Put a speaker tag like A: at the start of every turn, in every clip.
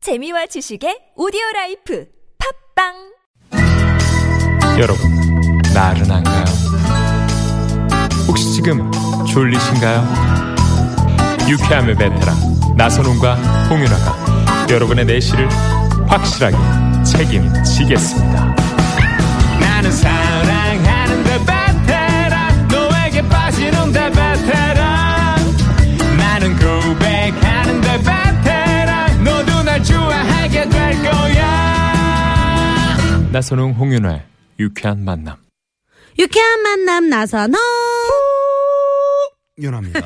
A: 재미와 지식의 오디오 라이프 팝빵
B: 여러분, 나른한가요? 혹시 지금 졸리신가요? 유쾌함의 베테랑 나선홍과 홍윤아가 여러분의 내실을 확실하게 책임지겠습니다. 나는 사랑하는데 베테랑 너에게 빠지는데 베테랑 나는 고백하는데 베테랑 너도 날 좋아하게 될 거야. 나선홍 홍윤아의 유쾌한 만남.
C: 유쾌한 만남 나선홍.
D: 연합니다.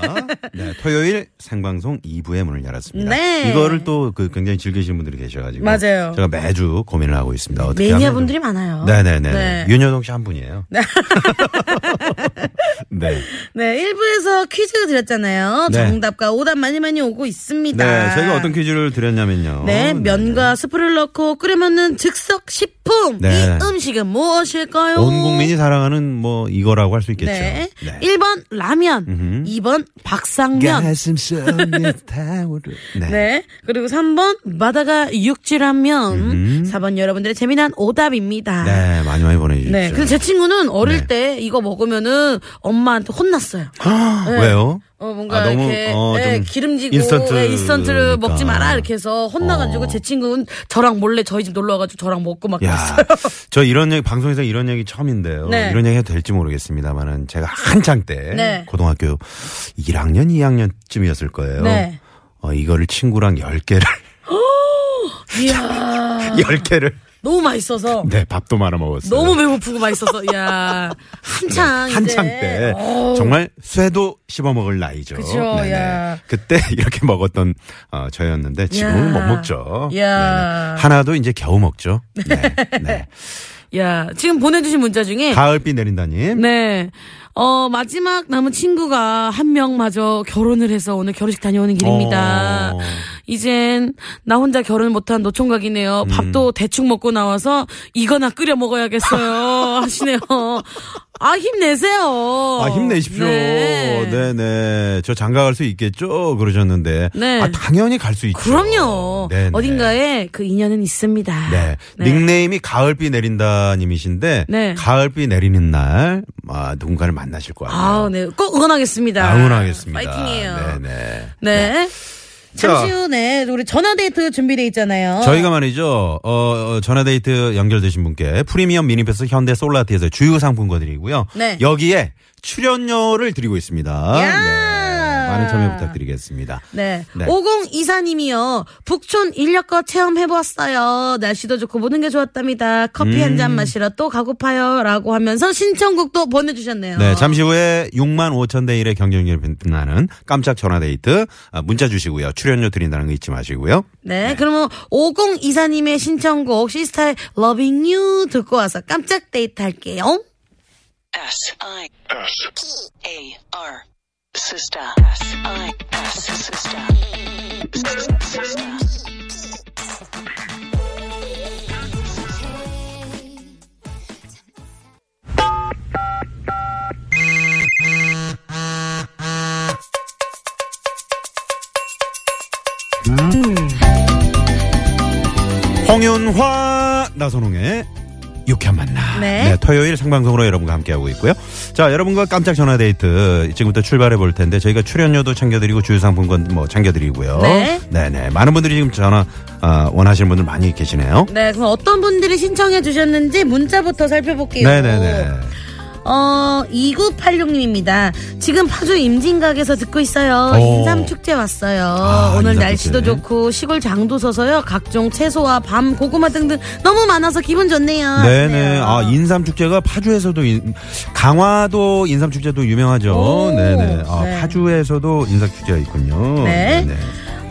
D: 네, 토요일 생방송 2부의 문을 열었습니다.
C: 네.
D: 이거를 또 그 굉장히 즐기시는 분들이 계셔가지고
C: 맞아요.
D: 제가 매주 고민을 하고 있습니다. 어떻게
C: 매니아
D: 하면 좀-
C: 분들이 많아요.
D: 네네네.
C: 네.
D: 윤여동 씨 한 분이에요. 네. 네.
C: 네, 1부에서 퀴즈 드렸잖아요.
D: 네.
C: 정답과 오답 많이 많이 오고 있습니다.
D: 저희가 어떤 퀴즈를 어, 드렸냐면요.
C: 아. 네, 면과 스프를 넣고 끓이면은 즉석 식품.
D: 네.
C: 이 음식은 무엇일까요?
D: 네. 온 국민이 사랑하는 뭐 이거라고 할 수 있겠죠.
C: 네. 1번 라면, 2번 박상면.
D: 가슴 속에 타오르. 네.
C: 네. 그리고 3번 바다가 육지라면. 4번 여러분들의 재미난 오답입니다.
D: 네, 많이 많이 보내주십시오.
C: 네. 근데 제 친구는 어릴
D: 네.
C: 때 이거 먹으면은 엄마한테 혼났어요.
D: 왜요?
C: 어 뭔가
D: 아, 너무,
C: 이렇게
D: 어,
C: 예,
D: 좀
C: 기름지고
D: 인스턴트
C: 예, 인스턴트를
D: 그러니까.
C: 먹지 마라 이렇게 해서 혼나가지고
D: 어.
C: 제 친구는 저랑 몰래 저희 집 놀러 와가지고 저랑 먹고 막
D: 야,
C: 그랬어요.
D: 저 이런 얘기 방송에서 이런 얘기 처음인데요.
C: 네.
D: 이런 얘기 해도 될지 모르겠습니다만은 제가 한창 때
C: 네.
D: 고등학교 1학년, 2학년쯤이었을 거예요.
C: 네.
D: 어, 이거를 친구랑 10개를
C: 이야
D: 10개를
C: 너무 맛있어서
D: 네, 밥도 말아 먹었어요.
C: 너무 배고프고 맛있어서 야 한창
D: 네. 한창
C: 이제.
D: 때
C: 어우,
D: 정말 쇠도 씹어 먹을 나이죠.
C: 그쵸,
D: 네네.
C: 야.
D: 그때 이렇게 먹었던 어, 저였는데 지금은
C: 야.
D: 못 먹죠.
C: 야.
D: 네네. 하나도 이제 겨우 먹죠. 네. 네.
C: 야 지금 보내주신 문자 중에
D: 가을비 내린다님.
C: 네. 어, 마지막 남은 친구가 한 명마저 결혼을 해서 오늘 결혼식 다녀오는 길입니다.
D: 어.
C: 이젠 나 혼자 결혼 못한 노총각이네요.
D: 음.
C: 밥도 대충 먹고 나와서 이거나 끓여 먹어야겠어요. 하시네요. 아, 힘내세요.
D: 아, 힘내십시오. 네. 네저 장가 갈 수 있겠죠? 그러셨는데.
C: 네.
D: 아, 당연히 갈 수 있죠.
C: 그럼요.
D: 네네.
C: 어딘가에 그 인연은 있습니다.
D: 네. 닉네임이 가을비 내린다 님이신데.
C: 네.
D: 가을비 내리는 날, 아, 누군가를 만나실 것
C: 아우,
D: 같아요.
C: 네. 꼭 응원하겠습니다.
D: 아, 응원하겠습니다.
C: 파이팅이에요.
D: 네네.
C: 네.
D: 자.
C: 잠시 후네 우리 전화데이트 준비돼 있잖아요.
D: 저희가 말이죠, 어, 어, 전화데이트 연결되신 분께 프리미엄 미니버스 현대 솔라티에서 주유 상품권 드리고요.
C: 네.
D: 여기에 출연료를 드리고 있습니다.
C: 야.
D: 아, 네. 많은 참여 부탁드리겠습니다.
C: 네.
D: 네.
C: 5024님이요. 북촌 인력거 체험해보았어요. 날씨도 좋고 모든 게 좋았답니다. 커피
D: 음.
C: 한 잔 마시러 또 가고파요. 라고 하면서 신청곡도 보내주셨네요.
D: 네, 잠시 후에 6만 5천 대 1의 경쟁률 빛나는 깜짝 전화 데이트 아, 문자 주시고요. 출연료 드린다는 거 잊지 마시고요.
C: 네, 그러면 5024님의 신청곡 시스타의 Loving You 듣고 와서 깜짝 데이트 할게요.
E: S I S P A R Sister S I S Sister Sister
D: 홍윤화 나선홍의 유쾌한 만남.
C: 네.
D: 토요일 생방송으로 여러분과 함께하고 있고요. 자, 여러분과 깜짝 전화 데이트 지금부터 출발해 볼 텐데 저희가 출연료도 챙겨드리고 주유상품권 뭐 챙겨드리고요.
C: 네.
D: 네 많은 분들이 지금 전화 아, 원하시는 분들 많이 계시네요.
C: 네, 그럼 어떤 분들이 신청해 주셨는지 문자부터 살펴볼게요.
D: 네네네.
C: 어, 2986님입니다. 지금 파주 임진각에서 듣고 있어요.
D: 오.
C: 인삼축제 왔어요.
D: 아,
C: 오늘
D: 인삼축제.
C: 날씨도 좋고 시골 장도 서서요. 각종 채소와 밤, 고구마 등등 너무 많아서 기분 좋네요.
D: 네네.
C: 하시네요.
D: 아, 인삼축제가 파주에서도, 인- 강화도 인삼축제도 유명하죠.
C: 오,
D: 네네. 아,
C: 네.
D: 파주에서도 인삼축제가 있군요.
C: 네.
D: 네네.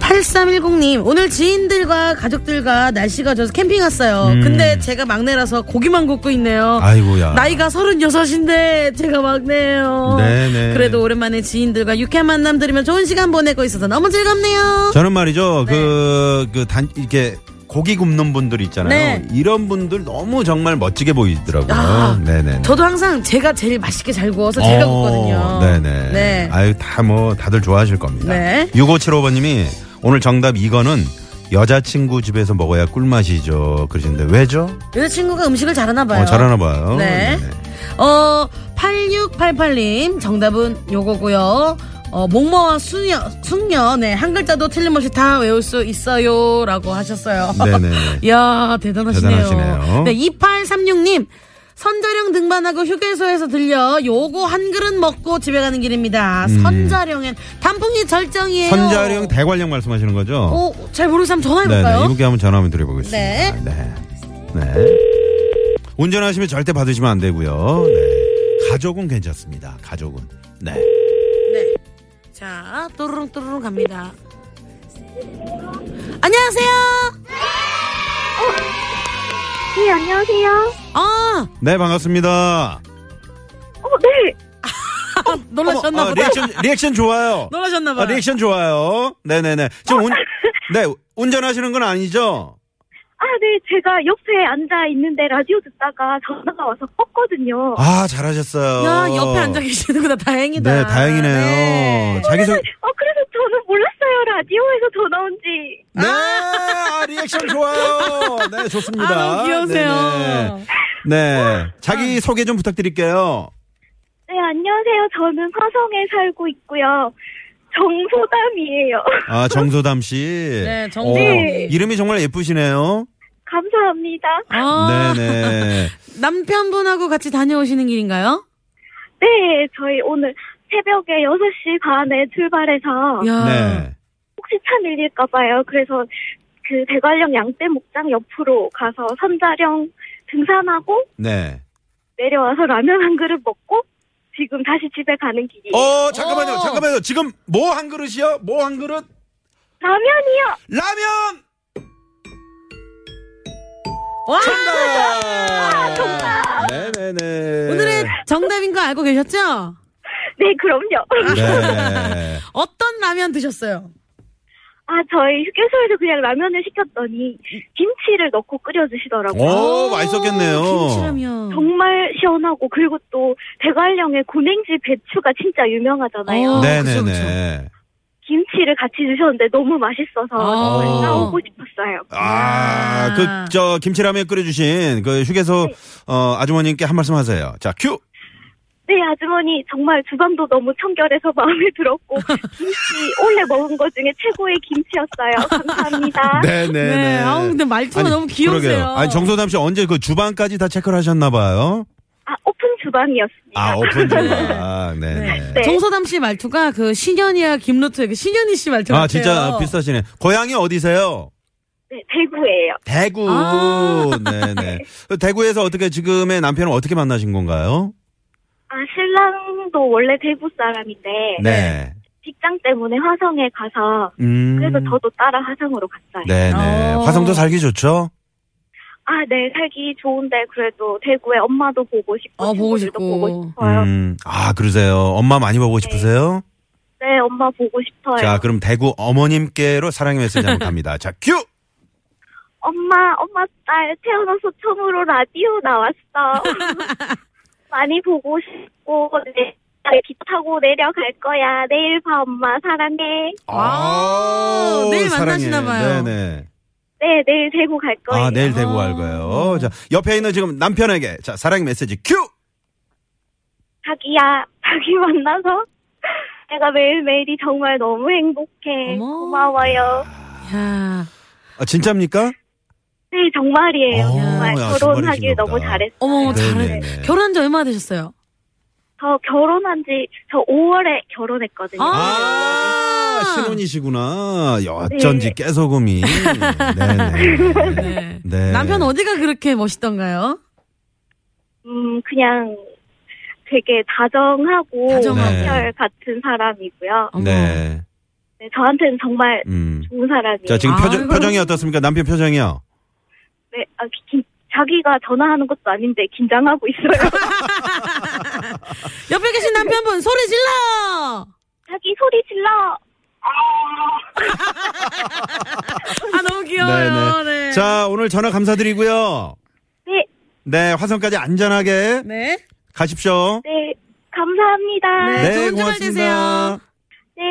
C: 8310님, 오늘 지인들과 가족들과 날씨가 좋아서 캠핑 왔어요. 근데 제가 막내라서 고기만 굽고 있네요.
D: 음. 아이고야.
C: 어, 나이가 36인데 제가 막내예요.
D: 네네.
C: 그래도 오랜만에 지인들과 유쾌한 만남 들으면 좋은 시간 보내고 있어서 너무 즐겁네요.
D: 저는 말이죠. 그, 그 단, 이렇게 고기 굽는 분들 있잖아요.
C: 네.
D: 이런 분들 너무 정말 멋지게 보이더라고요.
C: 아,
D: 네네.
C: 저도 항상 제가 제일 맛있게 잘 구워서 제가 굽거든요.
D: 어, 네네. 아,
C: 네.
D: 아유, 다 뭐, 다들 좋아하실 겁니다.
C: 네.
D: 6575번님이 오늘 정답 이거는 여자친구 집에서 먹어야 꿀맛이죠. 그러신데 왜죠?
C: 여자친구가 음식을 잘하나 봐요.
D: 어, 잘하나 봐요.
C: 네.
D: 네네.
C: 어, 8688님, 정답은 요거고요 어, 목모와 숙녀, 숙녀, 네, 한 글자도 틀림없이 다 외울 수 있어요. 라고 하셨어요.
D: 네네네.
C: 이야, 대단하시네요.
D: 대단하시네요.
C: 네, 2836님, 선자령 등반하고 휴게소에서 들려 요거 한 그릇 먹고 집에 가는 길입니다. 선자령엔 단풍이 절정이에요.
D: 음. 선자령 대관령 말씀하시는 거죠?
C: 오, 잘 모르는 사람
D: 네네.
C: 전화해볼까요?
D: 이분께 한번 전화 한번 드려보겠습니다.
C: 네.
D: 네. 네. 운전하시면 절대 받으시면 안 되고요. 네. 가족은 괜찮습니다. 가족은. 네.
C: 네. 자, 또르릉 또르릉 갑니다. 안녕하세요.
F: 어? 네, 안녕하세요.
C: 아,
D: 네, 반갑습니다.
F: 어, 네.
C: 놀라셨나
D: 어머, 아,
C: 보다.
D: 리액션, 리액션 좋아요.
C: 놀라셨나
D: 아,
C: 봐요.
D: 리액션 좋아요. 네네네. 지금 운, 네, 운전하시는 건 아니죠?
F: 아, 네. 제가 옆에 앉아 있는데 라디오 듣다가 전화가 와서 껐거든요. 아,
D: 아, 잘하셨어요.
C: 어. 야, 옆에 앉아 계시는구나. 다행이다.
D: 네, 다행이네요.
C: 네.
D: 자기소개.
F: 어, 그래서 저는 몰랐어요. 라디오에서 전화 온지.
D: 네, 아, 리액션 좋아요. 네, 좋습니다.
C: 아, 너무 귀여우세요.
D: 네네. 네, 자기 소개 좀 부탁드릴게요.
F: 네, 안녕하세요. 저는 화성에 살고 있고요. 정소담이에요.
D: 아, 정소담 씨.
C: 네,
D: 어,
C: 정소담 씨.
D: 이름이 정말 예쁘시네요.
F: 감사합니다.
C: 아,
D: 네네.
C: 남편분하고 같이 다녀오시는 길인가요?
F: 네, 저희 오늘 새벽에 6시 반에 출발해서
C: 야.
D: 네.
F: 혹시 차 밀릴까봐요. 그래서 그 대관령 양떼 목장 옆으로 가서 선자령 등산하고
D: 네.
F: 내려와서 라면 한 그릇 먹고 지금 다시 집에 가는 길이에요.
D: 어, 잠깐만요.
C: 어.
D: 잠깐만요. 지금 뭐 한 그릇이요? 뭐 한 그릇?
F: 라면이요.
D: 라면!
C: 와!
D: 정답! 네네네.
C: 아, 오늘의 정답인 거 알고 계셨죠?
F: 네, 그럼요.
D: 아. 네.
C: 어떤 라면 드셨어요?
F: 아, 저희 휴게소에서 그냥 라면을 시켰더니 김치를 넣고 끓여주시더라고요.
D: 오, 어, 맛있었겠네요.
C: 아,
D: 음.
C: 김치라면.
F: 정말 시원하고 그리고 또 대관령의 고냉지 배추가 진짜 유명하잖아요.
D: 네.
C: 어. 그쵸,
D: 네네네.
F: 김치를 같이 주셨는데 너무 맛있어서
C: 아.
F: 정말 나오고 싶었어요.
D: 아,
C: 아. 네.
D: 그, 저, 김치라면 끓여주신 그 휴게소, 어, 아주머님께 한 말씀 하세요. 자, 큐!
F: 네, 아주머니 정말 주방도 너무 청결해서 마음에 들었고 김치 올해 먹은 것 중에 최고의 김치였어요. 감사합니다.
D: 네네네.
C: 네, 아우, 근데 말투가
D: 아니,
C: 너무 귀여우세요.
D: 그러게요. 아니, 정소담 씨 언제 그 주방까지 다 체크를 하셨나봐요.
F: 아, 오픈 주방이었습니다.
C: 네.
D: 아, 오픈 주방. 네네.
F: 네.
C: 정서담 씨 말투가 그 신현이야 김로트의 그 신현이 씨 말투 같아요.
D: 아, 진짜 비슷하시네. 고향이 어디세요?
F: 네, 대구예요.
D: 대구.
C: 아.
D: 네네. 그 대구에서 어떻게 지금의 남편을 어떻게 만나신 건가요?
F: 아, 신랑도 원래 대구 사람인데
D: 네.
F: 직장 때문에 화성에 가서
D: 음.
F: 그래서 저도 따라 화성으로 갔어요.
D: 네네.
C: 어.
D: 화성도 살기 좋죠?
F: 아, 네, 살기 좋은데 그래도 대구에 엄마도 보고 싶고
C: 어, 보고 싶고.
F: 친구들도 보고 싶어요.
D: 음. 아, 그러세요. 엄마 많이 보고 싶으세요?
F: 네, 엄마 보고 싶어요.
D: 자, 그럼 대구 어머님께로 사랑의 메시지 한번 갑니다. 자, 큐!
F: 엄마, 엄마 딸 태어나서 처음으로 라디오 나왔어. 많이 보고 싶고 네, 내, 기 타고 내려갈 거야. 내일 봐, 엄마 사랑해.
C: 아,
D: 아우,
C: 내일 만나시나 봐요.
D: 네네.
F: 네, 내일 대구 갈 거예요.
D: 아, 내일 대구
C: 아.
D: 갈 거예요. 자, 옆에 있는 지금 남편에게 자, 사랑의 메시지 큐!
F: 자기야, 자기 만나서 내가 매일매일이 정말 너무 행복해.
C: 어머.
F: 고마워요.
C: 야.
D: 아, 진짜입니까?
F: 네, 정말이에요.
D: 어,
F: 정말
D: 야, 정말이신가
F: 결혼하길 너무
D: 보다.
F: 잘했어요.
C: 어머,
D: 네,
C: 잘해.
D: 네, 네.
C: 결혼한 지 얼마나 되셨어요?
F: 저 결혼한 지, 저 5월에 결혼했거든요.
C: 아!
D: 아, 신혼이시구나. 야, 어쩐지 깨소금이. 네네.
C: 네.
D: 네.
C: 남편 어디가 그렇게 멋있던가요?
F: 음, 그냥 되게 다정하고
C: 다정하고.
F: 열 같은 사람이고요.
C: 어머.
D: 네.
F: 네, 저한테는 정말
D: 음.
F: 좋은 사람이에요.
D: 자, 지금
C: 아,
D: 표정,
C: 이거-
D: 표정이 어떻습니까? 남편 표정이요?
F: 네, 아, 기- 기- 자기가 전화하는 것도 아닌데 긴장하고 있어요.
C: 옆에 계신 남편분 소리 질러!
F: 자기 소리 질러.
C: 아, 너무 귀여워요. 네.
D: 자, 오늘 전화 감사드리고요.
F: 네,
D: 네, 화성까지 안전하게
C: 네.
D: 가십시오.
F: 네, 감사합니다.
C: 네. 좋은 주말 되세요.
F: 네.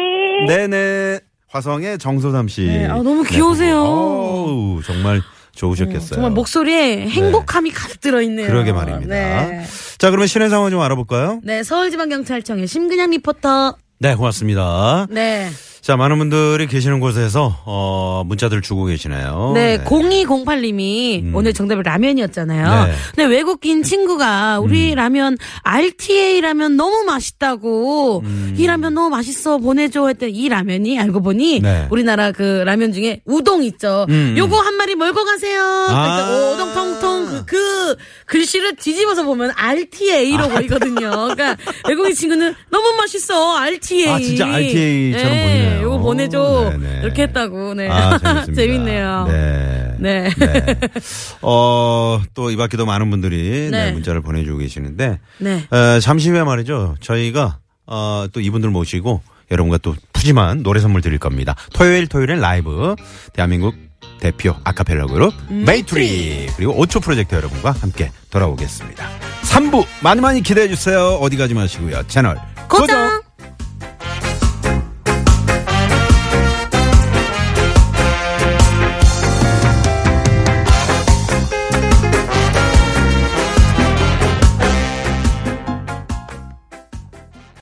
D: 네네. 화성의 정소담 씨.
C: 네, 아, 너무 귀여우세요.
D: 어우, 정말 좋으셨겠어요. 네.
C: 정말 목소리에 행복함이 가득 들어있네요.
D: 그러게 말입니다.
C: 네.
D: 자, 그러면 시내 상황 좀 알아볼까요?
C: 네, 서울지방경찰청의 심근양 리포터.
D: 네, 고맙습니다.
C: 네.
D: 자, 많은 분들이 계시는 곳에서 어, 문자들 주고 계시네요. 음.
C: 네, 0208님이 오늘 정답이 라면이었잖아요.
D: 네. 음.
C: 근데 외국인 친구가 우리 라면 RTA 라면 너무 맛있다고
D: 음.
C: 이 라면 너무 맛있어 보내줘 했더니 이 라면이 알고 보니
D: 네. 음,
C: 우리나라 그 라면 중에 우동 있죠. 요거 한 마리 몰고 가세요. 그러니까
D: 아.
C: 오동통통 그, 그 글씨를 뒤집어서 보면 RTA로
D: 아,
C: 보이거든요. 그러니까 외국인 친구는 너무 맛있어 RTA.
D: 네. 아, 진짜 RTA 처럼
C: 네,
D: 보이네요.
C: 요거 보내줘
D: 네네.
C: 이렇게 했다고. 네.
D: 아, 재밌습니다.
C: 재밌네요.
D: 네.
C: 네.
D: 어, 또 이 밖에도 많은 분들이 네,
C: 네.
D: 문자를 보내주고 계시는데,
C: 네.
D: 에, 잠시 후에 말이죠. 저희가 어, 또 이분들 모시고 여러분과 또 푸짐한 노래 선물 드릴 겁니다. 토요일 토요일엔 라이브 대한민국 대표 아카펠라 그룹 메이트리 그리고 5초 프로젝트 여러분과 함께 돌아오겠습니다. 3부 많이 많이 기대해 주세요. 어디 가지 마시고요. 채널
C: 고정!